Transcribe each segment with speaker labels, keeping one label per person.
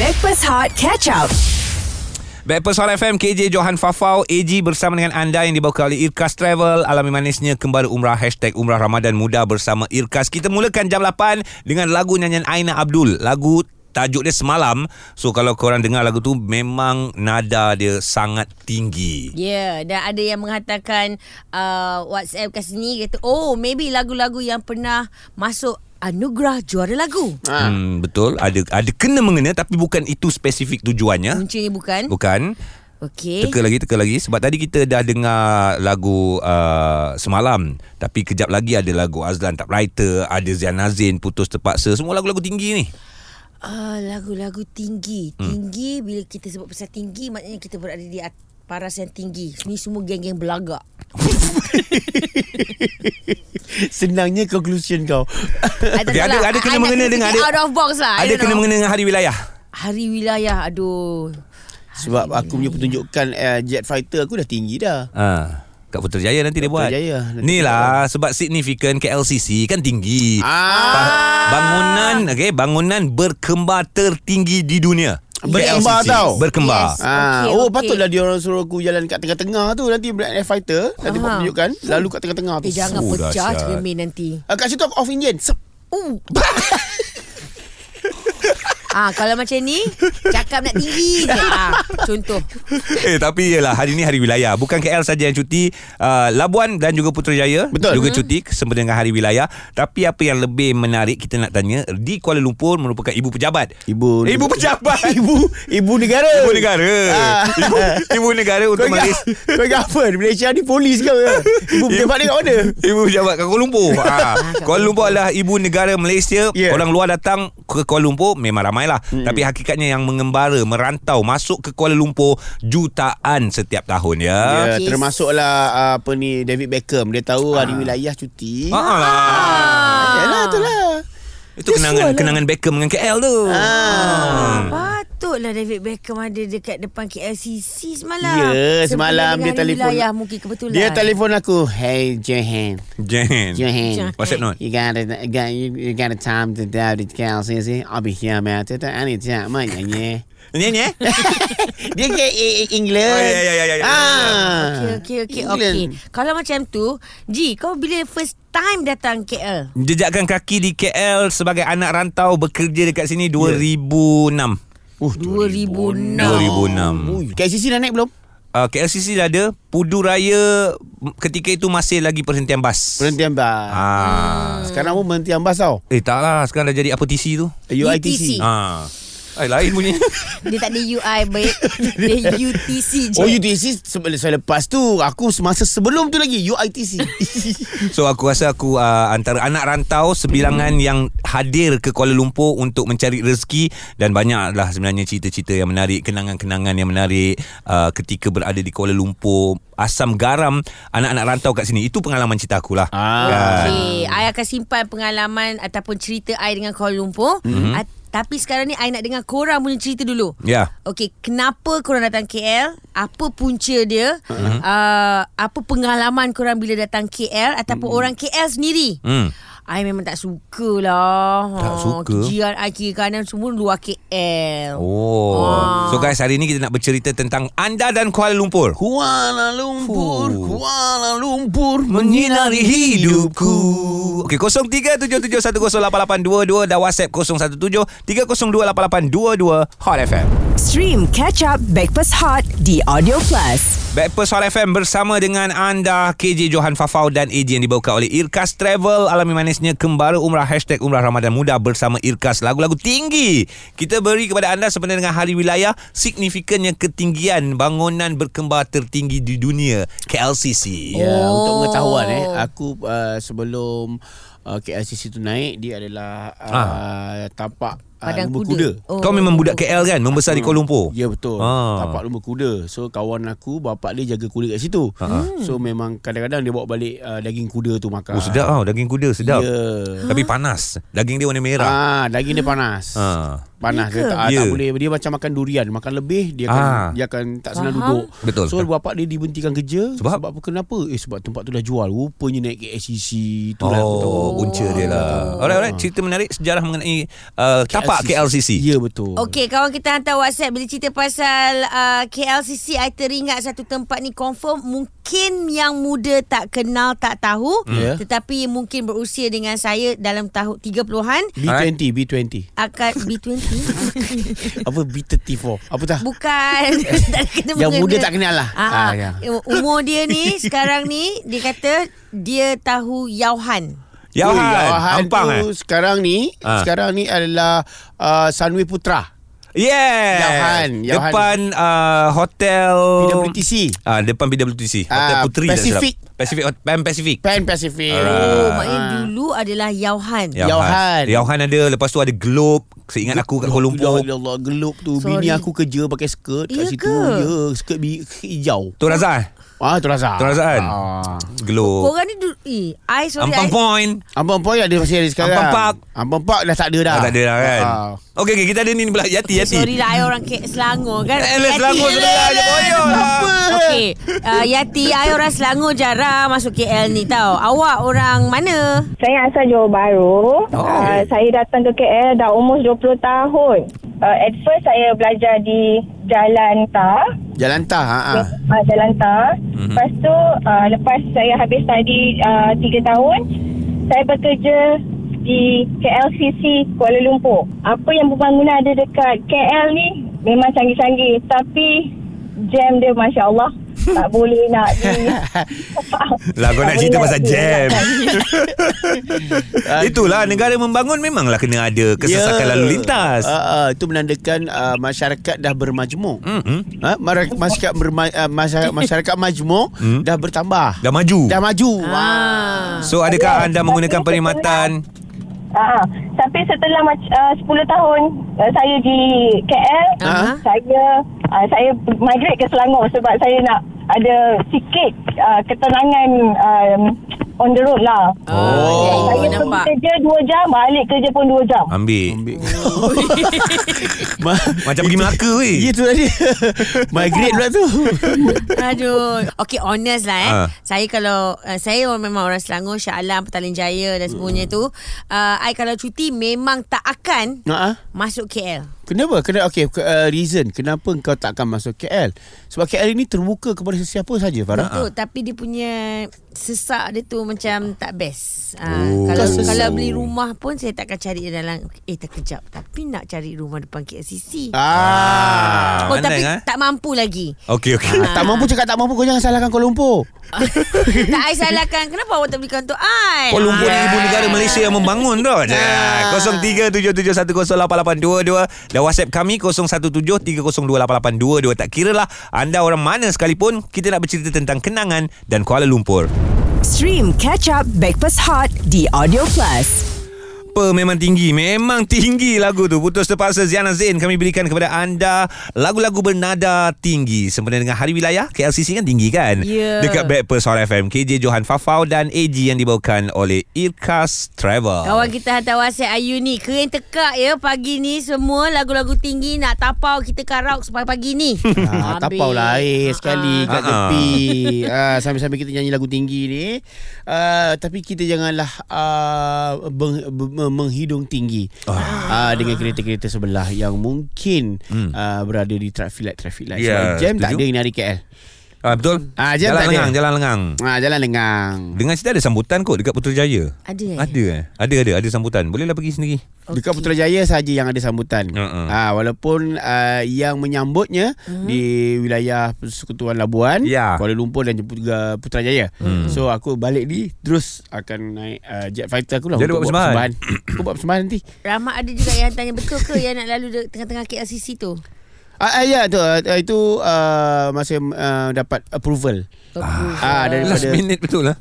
Speaker 1: Backpass Hot Catch Up.
Speaker 2: Backpers Hot FM KJ Johan Fafau AG bersama dengan anda Yang dibawa oleh Irkas Travel Alami manisnya Kembali Umrah Hashtag Umrah Ramadan Muda Bersama Irkas Kita mulakan jam 8 Dengan lagu nyanyian Aina Abdul Lagu tajuk dia semalam So kalau korang dengar lagu tu Memang nada dia sangat tinggi
Speaker 3: Ya, yeah, dan ada yang mengatakan uh, WhatsApp kat sini kata, "Oh, maybe lagu-lagu yang pernah masuk anugerah juara lagu."
Speaker 2: ha. hmm, Betul Ada ada kena mengena Tapi bukan itu spesifik tujuannya
Speaker 3: Munculnya bukan?
Speaker 2: Bukan
Speaker 3: Okey.
Speaker 2: Ah. Teka lagi, teka lagi. Sebab tadi kita dah dengar lagu uh, semalam. Tapi kejap lagi ada lagu Azlan Tak Writer, ada Zian Nazin, Putus Terpaksa. Semua lagu-lagu tinggi ni.
Speaker 3: Ah, lagu-lagu tinggi.
Speaker 2: Hmm.
Speaker 3: Tinggi bila kita sebut pasal tinggi maknanya kita berada di at- paras yang tinggi. Ni semua geng-geng belagak.
Speaker 4: Senangnya conclusion kau
Speaker 3: Ada
Speaker 2: Dia ada- ada kena-mengena dengan-
Speaker 3: out
Speaker 2: ada-
Speaker 3: of box lah. I
Speaker 2: ada
Speaker 3: don't
Speaker 2: kena
Speaker 3: know.
Speaker 2: mengena dengan Hari Wilayah.
Speaker 3: Hari wilayah aduh.
Speaker 4: Sebab aku punya pertunjukan uh, Jet Fighter aku dah tinggi dah
Speaker 2: Ha. Kat Putrajaya nanti dia buat.
Speaker 4: Putrajaya. Nanti
Speaker 2: Ni lah sebab signifikan KLCC kan tinggi.
Speaker 4: Ah,
Speaker 2: Ba- bangunan, okay, bangunan berkembar tertinggi di dunia.
Speaker 4: Berkembar
Speaker 2: KLCC.
Speaker 4: tau.
Speaker 2: Berkembar.
Speaker 3: Yes.
Speaker 4: Ah,
Speaker 3: Okey,
Speaker 4: okay, oh
Speaker 3: okey.
Speaker 4: patutlah dia orang suruh aku jalan kat tengah-tengah tu nanti Black Air Fighter nanti
Speaker 3: Aha.
Speaker 4: buat pertunjukan lalu kat tengah-tengah tu.
Speaker 3: Eh jangan
Speaker 2: Oh,
Speaker 3: pecah
Speaker 2: dahsyat.
Speaker 3: cermin nanti.
Speaker 4: Ah, kat situ aku off engine. Sep.
Speaker 3: Uh. Ah, kalau macam ni cakap nak tinggi je. Ah, contoh.
Speaker 2: Eh tapi yelah hari ni hari wilayah Bukan KL saja yang cuti uh, Labuan dan juga Putrajaya
Speaker 4: Betul. Hmm.
Speaker 2: Juga cuti sempena dengan hari wilayah Tapi apa yang lebih menarik kita nak tanya Di Kuala Lumpur merupakan ibu pejabat
Speaker 4: Ibu
Speaker 2: Ibu pejabat
Speaker 4: Ibu ibu negara.
Speaker 2: Ibu negara
Speaker 4: Ah.
Speaker 2: ibu, ibu negara
Speaker 4: Kau
Speaker 2: untuk
Speaker 4: ingat,
Speaker 2: Malaysia
Speaker 4: kau ingat apa? Di Malaysia ni polis kau ke? Ibu pejabat ni kat mana?
Speaker 2: Ibu pejabat kat Kuala Lumpur
Speaker 4: Ah,
Speaker 2: ha.
Speaker 3: kat
Speaker 2: Kuala Lumpur adalah ibu negara Malaysia yeah.
Speaker 4: Yeah.
Speaker 2: Orang luar datang ke Kuala Lumpur Memang ramai lah
Speaker 4: Hmm.
Speaker 2: mm. Tapi hakikatnya yang mengembara Merantau Masuk ke Kuala Lumpur Jutaan setiap tahun ya
Speaker 4: Ya,
Speaker 3: Okey.
Speaker 4: termasuklah ah, apa ni David Beckham. Dia tahu hari wilayah cuti.
Speaker 2: yeah. ah. lah.
Speaker 3: Ah,
Speaker 4: Yalah itulah.
Speaker 2: Itu kenangan kenangan Beckham dengan KL tu.
Speaker 3: Ah,
Speaker 4: Hmm.
Speaker 2: Ah.
Speaker 3: Patutlah David Beckham ada dekat depan KLCC semalam.
Speaker 4: Ya,
Speaker 3: lah. Sempena
Speaker 4: semalam
Speaker 3: dengan
Speaker 4: dia
Speaker 3: hari
Speaker 4: telefon.
Speaker 3: Wilayah mungkin kebetulan.
Speaker 4: Dia telefon aku. Hey Johan.
Speaker 2: Jen.
Speaker 4: Johan.
Speaker 3: Johan.
Speaker 2: WhatsApp Hmm. not.
Speaker 4: You got a got you, you got a time to doubt it, Cal Sissy. I'll be here, man. Tata, I need time, man. Yeah.
Speaker 2: Ni ni. eh?
Speaker 4: Dia ke I- I- England.
Speaker 2: Oh, ya, ya, ya, ya, ya.
Speaker 4: Ah.
Speaker 3: Okey, okey, okey, okey. Kalau macam tu, Ji, kau bila first time datang KL?
Speaker 2: Jejakkan kaki di KL sebagai anak rantau bekerja dekat sini 2006.
Speaker 4: Uh,
Speaker 3: 2006.
Speaker 2: 2006.
Speaker 4: KCC dah naik belum?
Speaker 2: Uh, KLCC dah ada Pudu Raya m- ketika itu masih lagi perhentian bas.
Speaker 4: Perhentian bas.
Speaker 2: Ah.
Speaker 3: Hmm.
Speaker 4: Sekarang pun perhentian bas tau.
Speaker 2: Eh tak lah sekarang dah jadi apa TC tu?
Speaker 4: UITC.
Speaker 3: UTC.
Speaker 2: Ah. Eh lain bunyi.
Speaker 3: Dia tak ada UI baik. Dia UTC je.
Speaker 4: Oh UTC sebelum selepas tu aku semasa sebelum tu lagi UITC.
Speaker 2: So aku rasa aku uh, antara anak rantau sebilangan hmm. yang hadir ke Kuala Lumpur untuk mencari rezeki dan banyaklah sebenarnya cerita-cerita yang menarik, kenangan-kenangan yang menarik uh, ketika berada di Kuala Lumpur, asam garam anak-anak rantau kat sini. Itu pengalaman cerita aku lah.
Speaker 4: ah.
Speaker 3: Okey, I akan simpan pengalaman ataupun cerita I dengan Kuala Lumpur.
Speaker 2: Mhm.
Speaker 3: Mm-hmm. I, tapi sekarang ni I nak dengar korang punya cerita dulu.
Speaker 2: Ya.
Speaker 3: Okey, kenapa korang datang KL? Apa punca dia?
Speaker 2: Mhm.
Speaker 3: Uh-huh. Uh, apa pengalaman korang bila datang KL ataupun
Speaker 2: Mhm.
Speaker 3: hmm. orang KL sendiri?
Speaker 2: Hmm.
Speaker 3: I memang tak suka lah.
Speaker 2: Tak suka?
Speaker 3: Jiran I kiri kanan semua luar KL.
Speaker 2: Oh.
Speaker 3: Ah.
Speaker 2: So guys, hari ni kita nak bercerita tentang anda dan Kuala Lumpur.
Speaker 4: Kuala Lumpur,
Speaker 2: Fuh.
Speaker 4: Kuala Lumpur
Speaker 2: Menyinari hidupku Okey 0377108822 Dan WhatsApp 0173028822 Hot FM
Speaker 1: Stream Catch Up Backpass Hot di Audio Plus.
Speaker 2: Backpast Hot FM bersama dengan anda KJ Johan Fafau dan AJ yang dibawakan oleh Irkas Travel Alami manisnya Kembara Umrah Hashtag Umrah Ramadan Muda bersama Irkas Lagu-lagu tinggi Kita beri kepada anda sebenarnya dengan hari wilayah Signifikannya ketinggian bangunan berkembar tertinggi di dunia KLCC
Speaker 4: Ya, oh. untuk
Speaker 3: Oh.
Speaker 4: pengetahuan eh, aku uh, sebelum uh, KLCC tu naik, dia adalah uh, ah. tapak uh,
Speaker 3: Padang
Speaker 4: lumba
Speaker 3: kuda.
Speaker 4: kuda.
Speaker 3: Oh.
Speaker 2: Kau memang budak KL kan Membesar di Kuala Lumpur
Speaker 4: Ya betul
Speaker 2: Ah.
Speaker 4: ah. Tapak lumba kuda So kawan aku Bapak dia jaga kuda kat situ So memang kadang-kadang Dia bawa balik uh, Daging kuda tu makan
Speaker 2: Oh sedap tau Daging kuda sedap
Speaker 4: Ya
Speaker 2: Tapi panas Daging dia warna merah
Speaker 4: Ah, daging dia panas.
Speaker 2: Ah.
Speaker 4: Panas dia tak,
Speaker 2: Ya.
Speaker 4: yeah. tak boleh dia macam makan durian, makan lebih dia akan
Speaker 2: Ah.
Speaker 4: dia akan tak senang
Speaker 3: Faham.
Speaker 4: duduk.
Speaker 2: Betul.
Speaker 4: So bapak dia diberhentikan kerja
Speaker 2: Sebab?
Speaker 4: sebab apa kenapa? Eh sebab tempat tu dah jual. Rupanya naik KSCC tu lah aku tahu.
Speaker 2: Oh, punca dia lah. Alright, alright. Cerita menarik sejarah mengenai uh, tapak tapak KLCC.
Speaker 4: Ya betul.
Speaker 3: Okey, kawan kita hantar WhatsApp bila cerita pasal uh, KLCC I teringat satu tempat ni confirm mungkin yang muda tak kenal tak tahu
Speaker 4: Ya.
Speaker 3: tetapi mungkin berusia dengan saya dalam tahun 30-an
Speaker 4: B20, B20.
Speaker 3: akan B20
Speaker 4: Apa B34? Apa tak?
Speaker 3: bukan tak kena
Speaker 4: Yang
Speaker 3: mengena.
Speaker 4: muda tak kenal lah.
Speaker 3: Ah,
Speaker 4: Ah,
Speaker 3: ah.
Speaker 4: ya.
Speaker 3: umur dia ni sekarang ni dia kata dia tahu Yauhan.
Speaker 2: Yauhan.
Speaker 4: Ui,
Speaker 2: Yauhan Ya, Ampang
Speaker 4: tu
Speaker 2: eh.
Speaker 4: sekarang ni,
Speaker 2: Ah.
Speaker 4: sekarang ni adalah uh, Sunway Putra.
Speaker 2: Yeah.
Speaker 4: Yauhan, Yauhan.
Speaker 2: Depan uh, hotel
Speaker 3: Oh.
Speaker 4: PWTC.
Speaker 2: Ah, depan PWTC. Hotel
Speaker 4: Ah,
Speaker 2: Puteri dah
Speaker 4: Pacific.
Speaker 2: silap. Pacific Hot- Pan Pacific.
Speaker 4: Pan Pacific.
Speaker 3: Oh,
Speaker 2: Alright. Ah.
Speaker 3: maknanya dulu adalah Yauhan.
Speaker 4: Ya. Yauhan.
Speaker 2: Yauhan ada Lepas tu ada Globe Seingat aku kat Kuala Lumpur
Speaker 4: Ya Allah, gelop tu.
Speaker 3: Sorry.
Speaker 4: Bini aku kerja pakai skirt
Speaker 3: Ya
Speaker 4: kat situ.
Speaker 3: ke?
Speaker 4: Ya, skirt bi- hijau.
Speaker 2: Tuan Razak eh?
Speaker 4: Ah, tu rasa.
Speaker 2: Tuan Razak kan
Speaker 4: Ah.
Speaker 2: Globe
Speaker 3: Korang ni dulu eh, I sorry
Speaker 2: Ampang
Speaker 3: I,
Speaker 2: Point
Speaker 4: Abang Poy ada masih ada sekarang.
Speaker 2: Ampang Park.
Speaker 4: Ampang Park dah tak ada dah.
Speaker 2: Ah, Tak ada dah kan
Speaker 4: Ah.
Speaker 2: Okey okay, kita ada ni pula Yati Yati
Speaker 3: Sorry lah I orang K- Selangor kan
Speaker 2: Eh, lah,
Speaker 3: Yati.
Speaker 2: Selangor sudah je boyol lah.
Speaker 3: Okey uh, Yati I orang Selangor jarang Masuk KL ni tau Awak orang mana?
Speaker 5: Saya asal Johor Bahru.
Speaker 2: Oh.
Speaker 5: Oh. Uh, saya datang ke KL dah almost 20 tahun. Uh, at first saya belajar di Jalan Tar.
Speaker 4: Jalan Tah. Ha, ha.
Speaker 5: Uh, Jalan Tar.
Speaker 2: Ah. Mhm.
Speaker 5: Mm-hmm. Lepas tu uh, lepas saya habis study uh, 3 tahun, saya bekerja di KLCC Kuala Lumpur. Apa yang pembangunan ada dekat KL ni memang canggih-canggih tapi jam dia masya-Allah tak boleh nak di
Speaker 2: Lah kau nak cerita
Speaker 5: Tak boleh
Speaker 2: pasal
Speaker 5: nak
Speaker 2: jam
Speaker 5: di-
Speaker 2: Ah, Itulah negara membangun Memanglah kena ada Kesesakan
Speaker 4: Ya.
Speaker 2: lalu lintas
Speaker 4: Ah, ah, itu menandakan ah, masyarakat dah bermajmuk.
Speaker 2: Mm-mm.
Speaker 4: Ha? Mara- Masyarakat, berma, ah, masyarakat, masyarakat majmuk
Speaker 2: Hmm.
Speaker 4: dah bertambah.
Speaker 2: Dah maju
Speaker 4: Dah maju.
Speaker 3: Ah.
Speaker 2: So adakah
Speaker 5: Ya,
Speaker 2: anda
Speaker 5: tapi
Speaker 2: menggunakan
Speaker 5: setelah-
Speaker 2: perkhidmatan
Speaker 5: Ah, sampai setelah mac- uh, 10 tahun uh, saya di KL,
Speaker 3: Ah.
Speaker 5: saya uh, saya migrate ke Selangor sebab saya nak ada sikit uh, ketenangan um, on the road lah.
Speaker 2: Oh,
Speaker 5: saya pergi
Speaker 3: ya, nampak.
Speaker 5: kerja 2 jam, balik kerja pun 2 jam.
Speaker 2: Ambil
Speaker 4: Ambil. Ma-
Speaker 2: Macam pergi Melaka weh
Speaker 4: Ya tu tadi. Migrate pula tu.
Speaker 3: Aduh. Okay, honest lah eh.
Speaker 2: Ah.
Speaker 3: Uh. Saya kalau uh, saya orang- memang orang Selangor, Shah Alam, Petaling Jaya dan semuanya tu, uh, I kalau cuti memang tak akan
Speaker 4: Ha, ah.
Speaker 3: masuk KL.
Speaker 4: Kenapa? Kena okey ke- uh, reason kenapa kau takkan masuk KL? Sebab KL ini terbuka kepada sesiapa saja Farah.
Speaker 2: Ha,
Speaker 3: Betul, tapi dia punya sesak dia tu macam tak best. Uh,
Speaker 2: Oh.
Speaker 3: kalau
Speaker 4: Sesak.
Speaker 3: kalau beli rumah pun saya takkan cari dia dalam eh tak kejap, tapi nak cari rumah depan KLCC.
Speaker 4: Ah.
Speaker 2: Ah,
Speaker 3: oh,
Speaker 2: pandai,
Speaker 3: tapi
Speaker 2: ah.
Speaker 3: tak mampu lagi.
Speaker 2: Okey okey
Speaker 4: ah. Tak mampu cakap tak mampu kau jangan salahkan Kuala Lumpur.
Speaker 3: tak I salahkan. Kenapa awak tak belikan untuk I?
Speaker 2: Kuala Lumpur ni
Speaker 3: Ah.
Speaker 2: ibu negara Malaysia yang membangun tu.
Speaker 4: Ah.
Speaker 2: 0377108822 dan WhatsApp kami 0173028822 tak kiralah anda orang mana sekalipun kita nak bercerita tentang kenangan dan Kuala Lumpur.
Speaker 1: Stream Catch Up Backpass Hot di Audio Plus.
Speaker 2: Apa memang tinggi Memang tinggi lagu tu Putus terpaksa Ziana Zain Kami berikan kepada anda Lagu-lagu bernada tinggi Sempena dengan Hari Wilayah KLCC kan tinggi kan
Speaker 3: Ya.
Speaker 2: Dekat Backpast Hot FM KJ Johan Fafau Dan AG yang dibawakan oleh Irkas Travel
Speaker 3: Kawan kita hantar WhatsApp Ayu ni Kering tekak ya pagi ni Semua lagu-lagu tinggi Nak tapau kita karaoke sampai pagi ni
Speaker 4: Ah, tapau lah air sekali kat
Speaker 2: Ah.
Speaker 4: tepi. Ah, sambil-sambil kita nyanyi lagu tinggi ni. Ah, tapi kita janganlah ah, beng, be- menghidung tinggi. Ah. dengan kereta-kereta sebelah yang mungkin ah, berada di traffic light traffic light.
Speaker 2: Hmm. Ya,
Speaker 4: Sebab jam tak
Speaker 2: setuju.
Speaker 4: ada ni hari KL.
Speaker 2: ah, Betul
Speaker 4: Ah, jam
Speaker 2: Jalan
Speaker 4: tak ada.
Speaker 2: lengang Jalan lengang
Speaker 4: Ah, jalan lengang.
Speaker 2: Dengan cerita ada sambutan kot dekat Putrajaya.
Speaker 3: Ada eh?
Speaker 2: Ada eh? Ada ada ada sambutan. Bolehlah pergi sendiri.
Speaker 4: Okay. Dekat Putrajaya saja yang ada sambutan.
Speaker 2: Uh-uh.
Speaker 4: Ah walaupun uh, yang menyambutnya
Speaker 3: Hmm.
Speaker 4: di wilayah Persekutuan Labuan,
Speaker 2: Ya. Hmm.
Speaker 4: Kuala Lumpur dan juga Putrajaya. So aku balik ni terus akan naik uh, jet fighter aku lah
Speaker 2: Jadi buat persembahan.
Speaker 4: aku buat persembahan nanti.
Speaker 3: Rahmat ada juga yang tanya Betul ke yang nak lalu de- Tengah-tengah KLCC tu
Speaker 4: Ah, ah ya tu ah, itu uh, masa uh, dapat approval. Ah,
Speaker 2: Last
Speaker 4: daripada
Speaker 2: minute betul lah.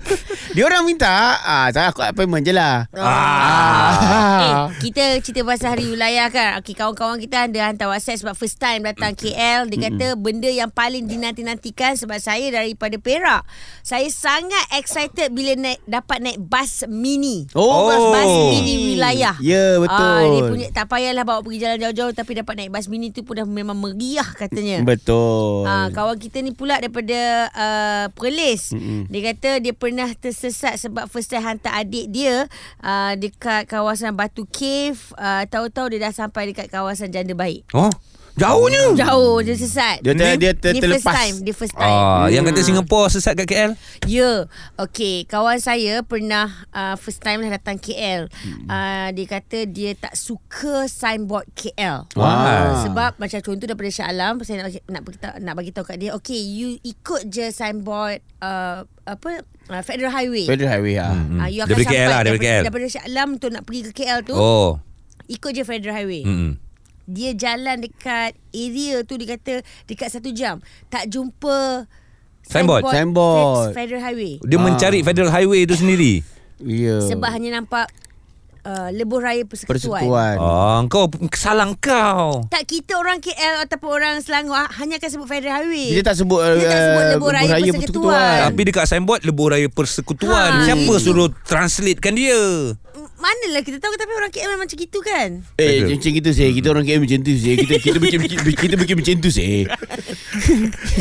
Speaker 4: dia orang minta ah saya aku appointment je lah.
Speaker 3: Eh,
Speaker 4: Ah.
Speaker 3: kita cerita pasal hari wilayah kan okay, Kawan-kawan kita ada hantar whatsapp Sebab first time datang KL Dia kata benda yang paling dinanti-nantikan Sebab saya daripada Perak Saya sangat excited Bila naik, dapat naik bas mini
Speaker 4: Oh,
Speaker 2: Oh.
Speaker 3: Bas mini wilayah Ah,
Speaker 4: Ya, betul.
Speaker 3: dia punya, Tak payahlah bawa pergi jalan jauh-jauh Tapi dapat naik bas mini tu pun dah memang meriah katanya.
Speaker 4: Betul.
Speaker 3: Ah, kawan kita ni pula daripada uh, Perlis. Mm-hmm. Dia kata dia pernah tersesat sebab first time hantar adik dia uh, dekat kawasan Batu Cave. Uh, tahu-tahu dia dah sampai dekat kawasan Janda Baik.
Speaker 2: Oh, jauhnya.
Speaker 3: Jauh dia sesat.
Speaker 4: Dia ter-
Speaker 3: Ni-
Speaker 4: dia ter-
Speaker 3: ni
Speaker 4: terlepas.
Speaker 3: first time, dia first time.
Speaker 2: Ah, yang kata Singapura sesat kat KL.
Speaker 3: Ya, okey. Kawan saya pernah uh, first time lah datang KL. Uh, dia kata dia tak suka signboard KL.
Speaker 2: Ah.
Speaker 4: Wah.
Speaker 3: Ah. Sebab macam contoh daripada Shah Alam, saya nak nak beritahu, nak bagi tahu kat dia, okey, you ikut je signboard uh, apa uh, Federal Highway.
Speaker 4: Federal Highway ha. Hmm.
Speaker 3: Ah, you akan
Speaker 2: Daripada
Speaker 3: sampai
Speaker 2: KL lah, daripada KL.
Speaker 3: Daripada Shah Alam untuk nak pergi ke KL tu, oh.
Speaker 2: Oh. Hmm.
Speaker 3: ikut je Federal Highway.
Speaker 2: Mm-mm.
Speaker 3: Dia jalan dekat area tu dia kata dekat satu jam. Tak jumpa
Speaker 2: Signboard.
Speaker 4: Signboard.
Speaker 3: Federal Highway.
Speaker 2: Dia mencari Federal Highway tu sendiri.
Speaker 4: Ya.
Speaker 3: Sebab hanya nampak uh, lebuh raya persekutuan. persekutuan.
Speaker 2: Oh,
Speaker 4: persekutuan.
Speaker 2: kau salah kau.
Speaker 3: Tak kita orang KL ataupun orang Selangor ah, hanya akan sebut Federal Highway.
Speaker 4: Dia tak sebut,
Speaker 3: Eh, Dia tak sebut lebuh
Speaker 4: uh,
Speaker 3: raya,
Speaker 4: lebuh raya
Speaker 3: persekutuan.
Speaker 4: persekutuan.
Speaker 2: Tapi dekat signboard Lebuh Raya Persekutuan.
Speaker 3: Ha.
Speaker 2: Siapa suruh translatekan dia?
Speaker 3: M- Manalah kita tahu tapi orang KL memang macam gitu kan.
Speaker 4: Eh,
Speaker 2: Betul.
Speaker 4: macam kita sih. Kita orang KM macam tu sih. Kita kita bikin kita bikin macam tu sih.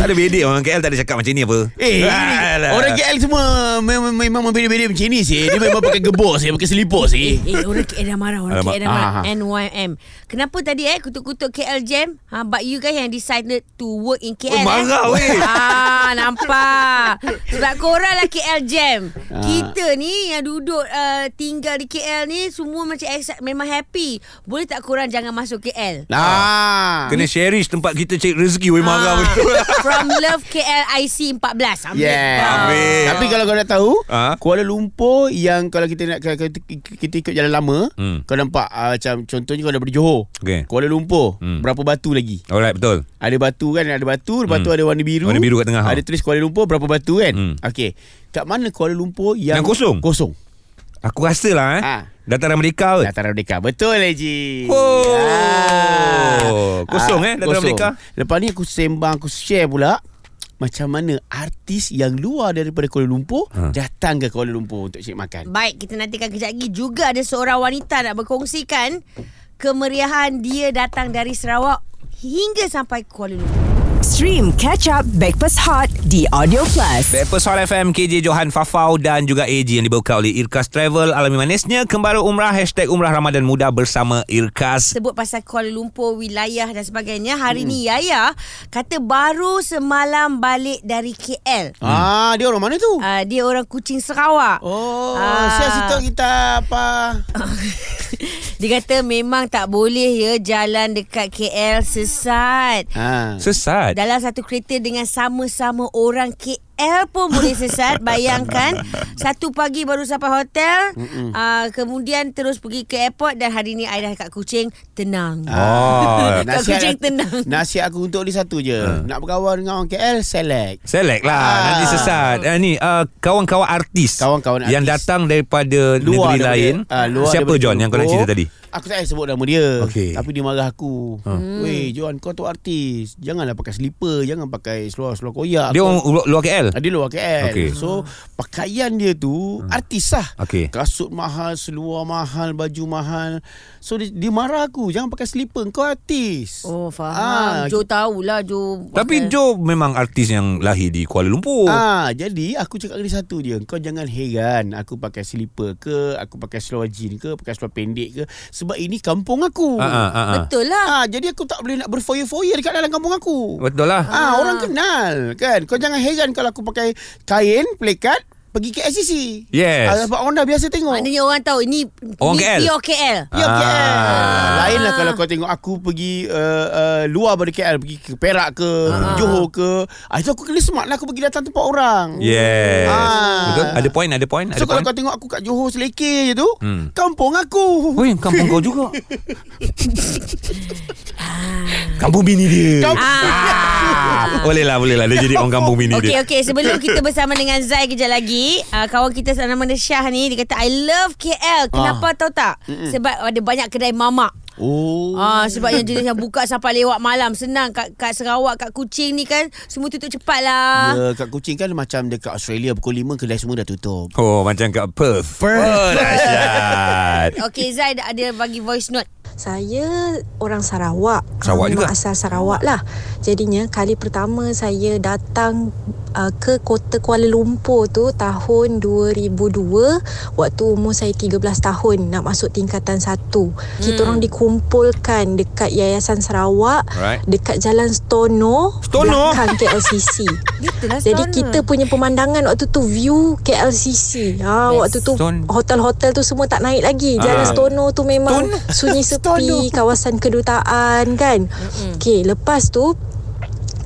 Speaker 2: tak ada bedek orang KL tak ada cakap macam ni apa.
Speaker 4: Eh,
Speaker 2: Alah.
Speaker 4: orang KL semua memang memang membeda-beda macam ni sih. Dia memang pakai gebor sih, pakai seliput sih.
Speaker 3: Eh, eh orang KL dah marah Orang
Speaker 2: Alamak.
Speaker 3: KL dah marah
Speaker 4: Ah.
Speaker 3: NYM Kenapa tadi eh Kutuk-kutuk KL Jam ha, But you guys yang decided To work in
Speaker 2: Oh,
Speaker 3: KL
Speaker 2: marah,
Speaker 3: eh.
Speaker 2: weh.
Speaker 3: ah, Nampak Sebab korang lah KL Jam
Speaker 2: Ah.
Speaker 3: Kita ni Yang duduk uh, Tinggal di KL ni Semua macam ex- Memang happy Boleh tak korang Jangan masuk KL
Speaker 4: Nah.
Speaker 2: Ah. Kena cherish tempat kita cari rezeki Weh marah
Speaker 3: Ah,
Speaker 2: betul
Speaker 3: From Love KLIC 14 Ambil
Speaker 4: Yeah.
Speaker 2: Ambil.
Speaker 4: Tapi kalau kau dah tahu,
Speaker 2: Ha?
Speaker 4: Kuala Lumpur yang kalau kita nak kalau kita, kita ikut jalan lama,
Speaker 2: Hmm.
Speaker 4: kau nampak uh, macam contohnya kau daripada Johor.
Speaker 2: Okey.
Speaker 4: Kuala Lumpur,
Speaker 2: Hmm.
Speaker 4: berapa batu lagi?
Speaker 2: Alright betul
Speaker 4: Ada batu kan, ada batu, lepas
Speaker 2: Hmm.
Speaker 4: tu ada warna biru.
Speaker 2: Warna biru kat tengah, ha.
Speaker 4: Ada tulis Kuala Lumpur berapa batu kan?
Speaker 2: Hmm.
Speaker 4: Okey. Kat mana Kuala Lumpur yang,
Speaker 2: Yang kosong?
Speaker 4: Kosong.
Speaker 2: Aku rasa lah eh
Speaker 4: Ha.
Speaker 2: Dataran Merdeka kot
Speaker 4: Dataran Merdeka. Betul Haji. Ah.
Speaker 2: Oh. Kosong, eh, Dataran
Speaker 4: kosong.
Speaker 2: Merdeka.
Speaker 4: Lepas ni aku sembang, aku share pula macam mana artis yang luar daripada Kuala Lumpur
Speaker 2: Ha.
Speaker 4: datang ke Kuala Lumpur untuk cari makan.
Speaker 3: Baik, kita nantikan kejap lagi juga ada seorang wanita nak berkongsikan kemeriahan dia datang dari Sarawak hingga sampai Kuala Lumpur.
Speaker 1: Stream Catch Up Backpass Hot di Audio Plus.
Speaker 2: Breakfast Hot FM KJ Johan Fafau dan juga AG yang dibawa oleh Irkas Travel Alami Manisnya Kembara Umrah Hashtag Umrah Ramadan Muda bersama Irkas
Speaker 3: Sebut pasal Kuala Lumpur, wilayah dan sebagainya. Hari ni Yaya kata baru semalam balik dari KL.
Speaker 4: Ah,
Speaker 2: Hmm.
Speaker 4: dia orang mana tu?
Speaker 3: Uh, dia orang Kuching Sarawak.
Speaker 4: Oh,
Speaker 3: Ah.
Speaker 4: saya cerita kita apa?
Speaker 3: Dia kata memang tak boleh ya jalan dekat KL sesat.
Speaker 4: Ah.
Speaker 2: Sesat
Speaker 3: Dalam satu kereta dengan sama-sama orang KL pun boleh sesat Bayangkan Satu pagi baru sampai hotel uh, Kemudian terus pergi ke airport Dan hari ni I dah kat Kuching Tenang
Speaker 2: Oh
Speaker 3: Kau kucing tenang.
Speaker 4: Nasihat aku untuk dia satu je.
Speaker 2: Ha.
Speaker 4: Nak berkawan dengan orang KL, select.
Speaker 2: Select lah
Speaker 4: Ah.
Speaker 2: Nanti sesat ah, Ni uh, kawan-kawan artis
Speaker 4: Kawan-kawan
Speaker 2: Yang
Speaker 4: artis.
Speaker 2: datang daripada negeri
Speaker 4: daripada-
Speaker 2: lain
Speaker 4: ah, luar
Speaker 2: Siapa
Speaker 4: daripada
Speaker 2: John yang kau nak
Speaker 4: Johor.
Speaker 2: cerita tadi?
Speaker 4: Aku tak payah sebut nama dia.
Speaker 2: Okey. Ha.
Speaker 4: Tapi dia marah aku.
Speaker 3: Hmm.
Speaker 4: Weh, John, kau tu artis. Janganlah pakai slipper, jangan pakai seluar-seluar koyak.
Speaker 2: Dia
Speaker 4: Kau-
Speaker 2: orang luar- luar KL?
Speaker 4: Ah, Dia luar KL
Speaker 2: Okey. Hmm.
Speaker 4: So pakaian dia tu Artis lah
Speaker 2: Okey.
Speaker 4: Kasut mahal Seluar mahal Baju mahal So dia, dia marah aku Jangan pakai slipper Kau artis
Speaker 3: Oh faham ah, Jo tahulah Jo
Speaker 2: Tapi Joe memang artis yang lahir di Kuala Lumpur.
Speaker 4: Ah, jadi aku cakap dengan dia satu je. Kau jangan heran aku pakai slipper ke, aku pakai seluar jean ke, pakai seluar pendek ke sebab ini kampung aku.
Speaker 2: Ah, ah, ah, ah.
Speaker 3: Betul lah
Speaker 4: Ah, jadi aku tak boleh nak berfoya-foya dekat dalam kampung aku.
Speaker 2: Betul lah.
Speaker 4: Ah, orang kenal kan. Kau jangan heran kalau aku pakai kain plekat pergi ke SCC.
Speaker 2: Yes.
Speaker 4: Ah, sebab orang dah biasa tengok.
Speaker 3: Maknanya orang tahu Ini
Speaker 2: Orang
Speaker 3: ni
Speaker 2: KL.
Speaker 3: pure KL
Speaker 4: Ya
Speaker 2: Ah.
Speaker 4: KL Lainlah kalau kau tengok Aku pergi uh, uh, Luar dari KL Pergi ke Perak ke Johor ke ah, Itu aku kena smart lah Aku pergi datang tempat orang
Speaker 2: Yes.
Speaker 4: Ah.
Speaker 2: Betul? Ada point, ada point, ada
Speaker 4: So kalau
Speaker 2: point.
Speaker 4: kau tengok aku kat Johor selekeh je tu
Speaker 2: Hmm.
Speaker 4: Kampung aku
Speaker 2: Weh, kampung kau juga. Ah. kampung bini dia.
Speaker 4: Kampung
Speaker 3: ah.
Speaker 2: Boleh lah, boleh lah. Dia jadi orang kampung bini
Speaker 3: Okey
Speaker 2: dia.
Speaker 3: okey sebelum kita bersama dengan Zai kejap lagi uh, kawan kita nama dia Syah ni dia kata I love
Speaker 2: Ah.
Speaker 3: KL kenapa tahu tak sebab ada banyak kedai mamak
Speaker 4: Oh
Speaker 3: Ah sebab yang jenis yang buka sampai lewat malam senang kat kat Sarawak kat Kuching ni kan semua tutup cepat lah.
Speaker 4: Ya, kat Kuching kan macam dekat Australia pukul 5 kedai semua dah tutup.
Speaker 2: Oh, macam kat Perth. Perth. Oh, dahsyat.
Speaker 3: Okey Zai ada bagi voice note.
Speaker 6: Saya orang Sarawak.
Speaker 2: Sarawak
Speaker 6: Ah,
Speaker 2: juga?
Speaker 6: memang Asal Sarawak lah. Jadinya kali pertama saya datang uh, ke kota Kuala Lumpur tu tahun 2002 waktu umur saya 13 tahun nak masuk tingkatan 1. Kita
Speaker 2: Hmm.
Speaker 6: orang dikumpulkan dekat Yayasan Sarawak
Speaker 2: Alright.
Speaker 6: dekat Jalan Stono,
Speaker 2: Stono?
Speaker 6: belakang KLCC.
Speaker 3: Itulah
Speaker 6: Jadi
Speaker 3: stoner.
Speaker 6: kita punya pemandangan waktu tu view KLCC. Ha yes. waktu tu
Speaker 2: Stone.
Speaker 6: hotel-hotel tu semua tak naik lagi. Jalan
Speaker 2: Ah.
Speaker 6: Stono tu memang sunyi sepi, kawasan kedutaan kan. Okey, lepas tu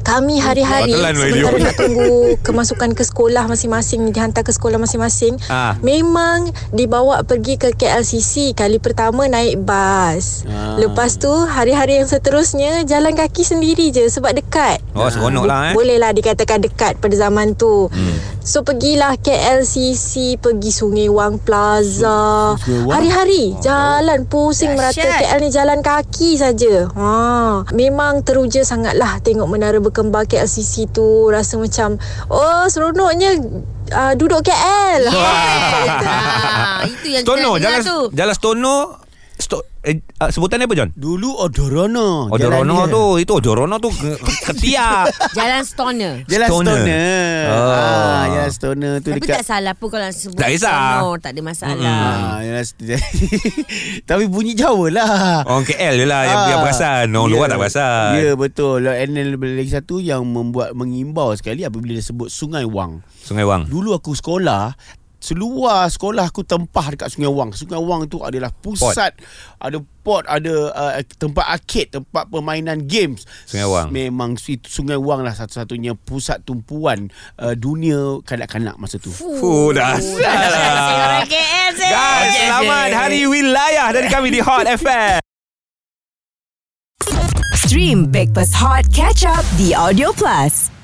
Speaker 6: kami hari-hari
Speaker 2: Telan radio.
Speaker 6: sementara nak tunggu kemasukan ke sekolah masing-masing dihantar ke sekolah masing-masing
Speaker 2: Ah.
Speaker 6: memang dibawa pergi ke KLCC kali pertama naik bas
Speaker 4: Ah.
Speaker 6: lepas tu hari-hari yang seterusnya jalan kaki sendiri je sebab dekat
Speaker 2: Oh, seronok lah eh.
Speaker 6: boleh lah dikatakan dekat pada zaman tu. Hmm. So pergilah KLCC, pergi Sungai Wang Plaza.
Speaker 4: Sungai Wang?
Speaker 6: Hari-hari jalan pusing merata
Speaker 3: Dahsyat.
Speaker 6: KL ni jalan kaki saja. Ha, memang teruja sangatlah tengok menara berkembar KLCC tu. Rasa macam oh seronoknya uh, duduk KL.
Speaker 3: Ah, itu yang kita
Speaker 2: Stono
Speaker 3: nak dengar
Speaker 2: Jalan
Speaker 3: tu.
Speaker 2: Jalan Stono sto, eh, ah, Sebutan dia apa John?
Speaker 4: Dulu Odorono.
Speaker 2: Odorono
Speaker 4: Oh, jalan dia.
Speaker 2: tu Itu Odorono tu ke- Ketiak
Speaker 3: Jalan stoner.
Speaker 4: Jalan
Speaker 2: Stoner.
Speaker 4: Stoner.
Speaker 2: Oh.
Speaker 4: Ah, jalan Stoner tu
Speaker 3: Tapi
Speaker 4: dekat
Speaker 3: tak salah pun kalau sebut
Speaker 2: Tak kisah.
Speaker 3: stoner, tak ada masalah.
Speaker 4: Ah, yalah, tapi bunyi Jawa lah.
Speaker 2: Orang KL je lah Yang,
Speaker 4: Ah,
Speaker 2: yang perasan Orang
Speaker 4: ya.
Speaker 2: luar tak perasan
Speaker 4: Ya betul And then lagi satu Yang membuat mengimbau sekali Apabila dia sebut Sungai Wang
Speaker 2: Sungai Wang
Speaker 4: Dulu aku sekolah Seluar sekolah aku tempah dekat Sungai Wang. Sungai Wang tu adalah pusat, port. ada port, ada uh, tempat arcade, tempat permainan games.
Speaker 2: Sungai Wang.
Speaker 4: Memang itu Sungai Wang lah satu-satunya pusat tumpuan uh, dunia kanak-kanak masa tu.
Speaker 2: Fuh dah
Speaker 3: Saya
Speaker 2: salah
Speaker 3: orang KL, saya.
Speaker 2: Guys selamat Hari Wilayah Dari kami di Hot FM
Speaker 1: Stream Breakfast Hot Catch Up The Audio Plus.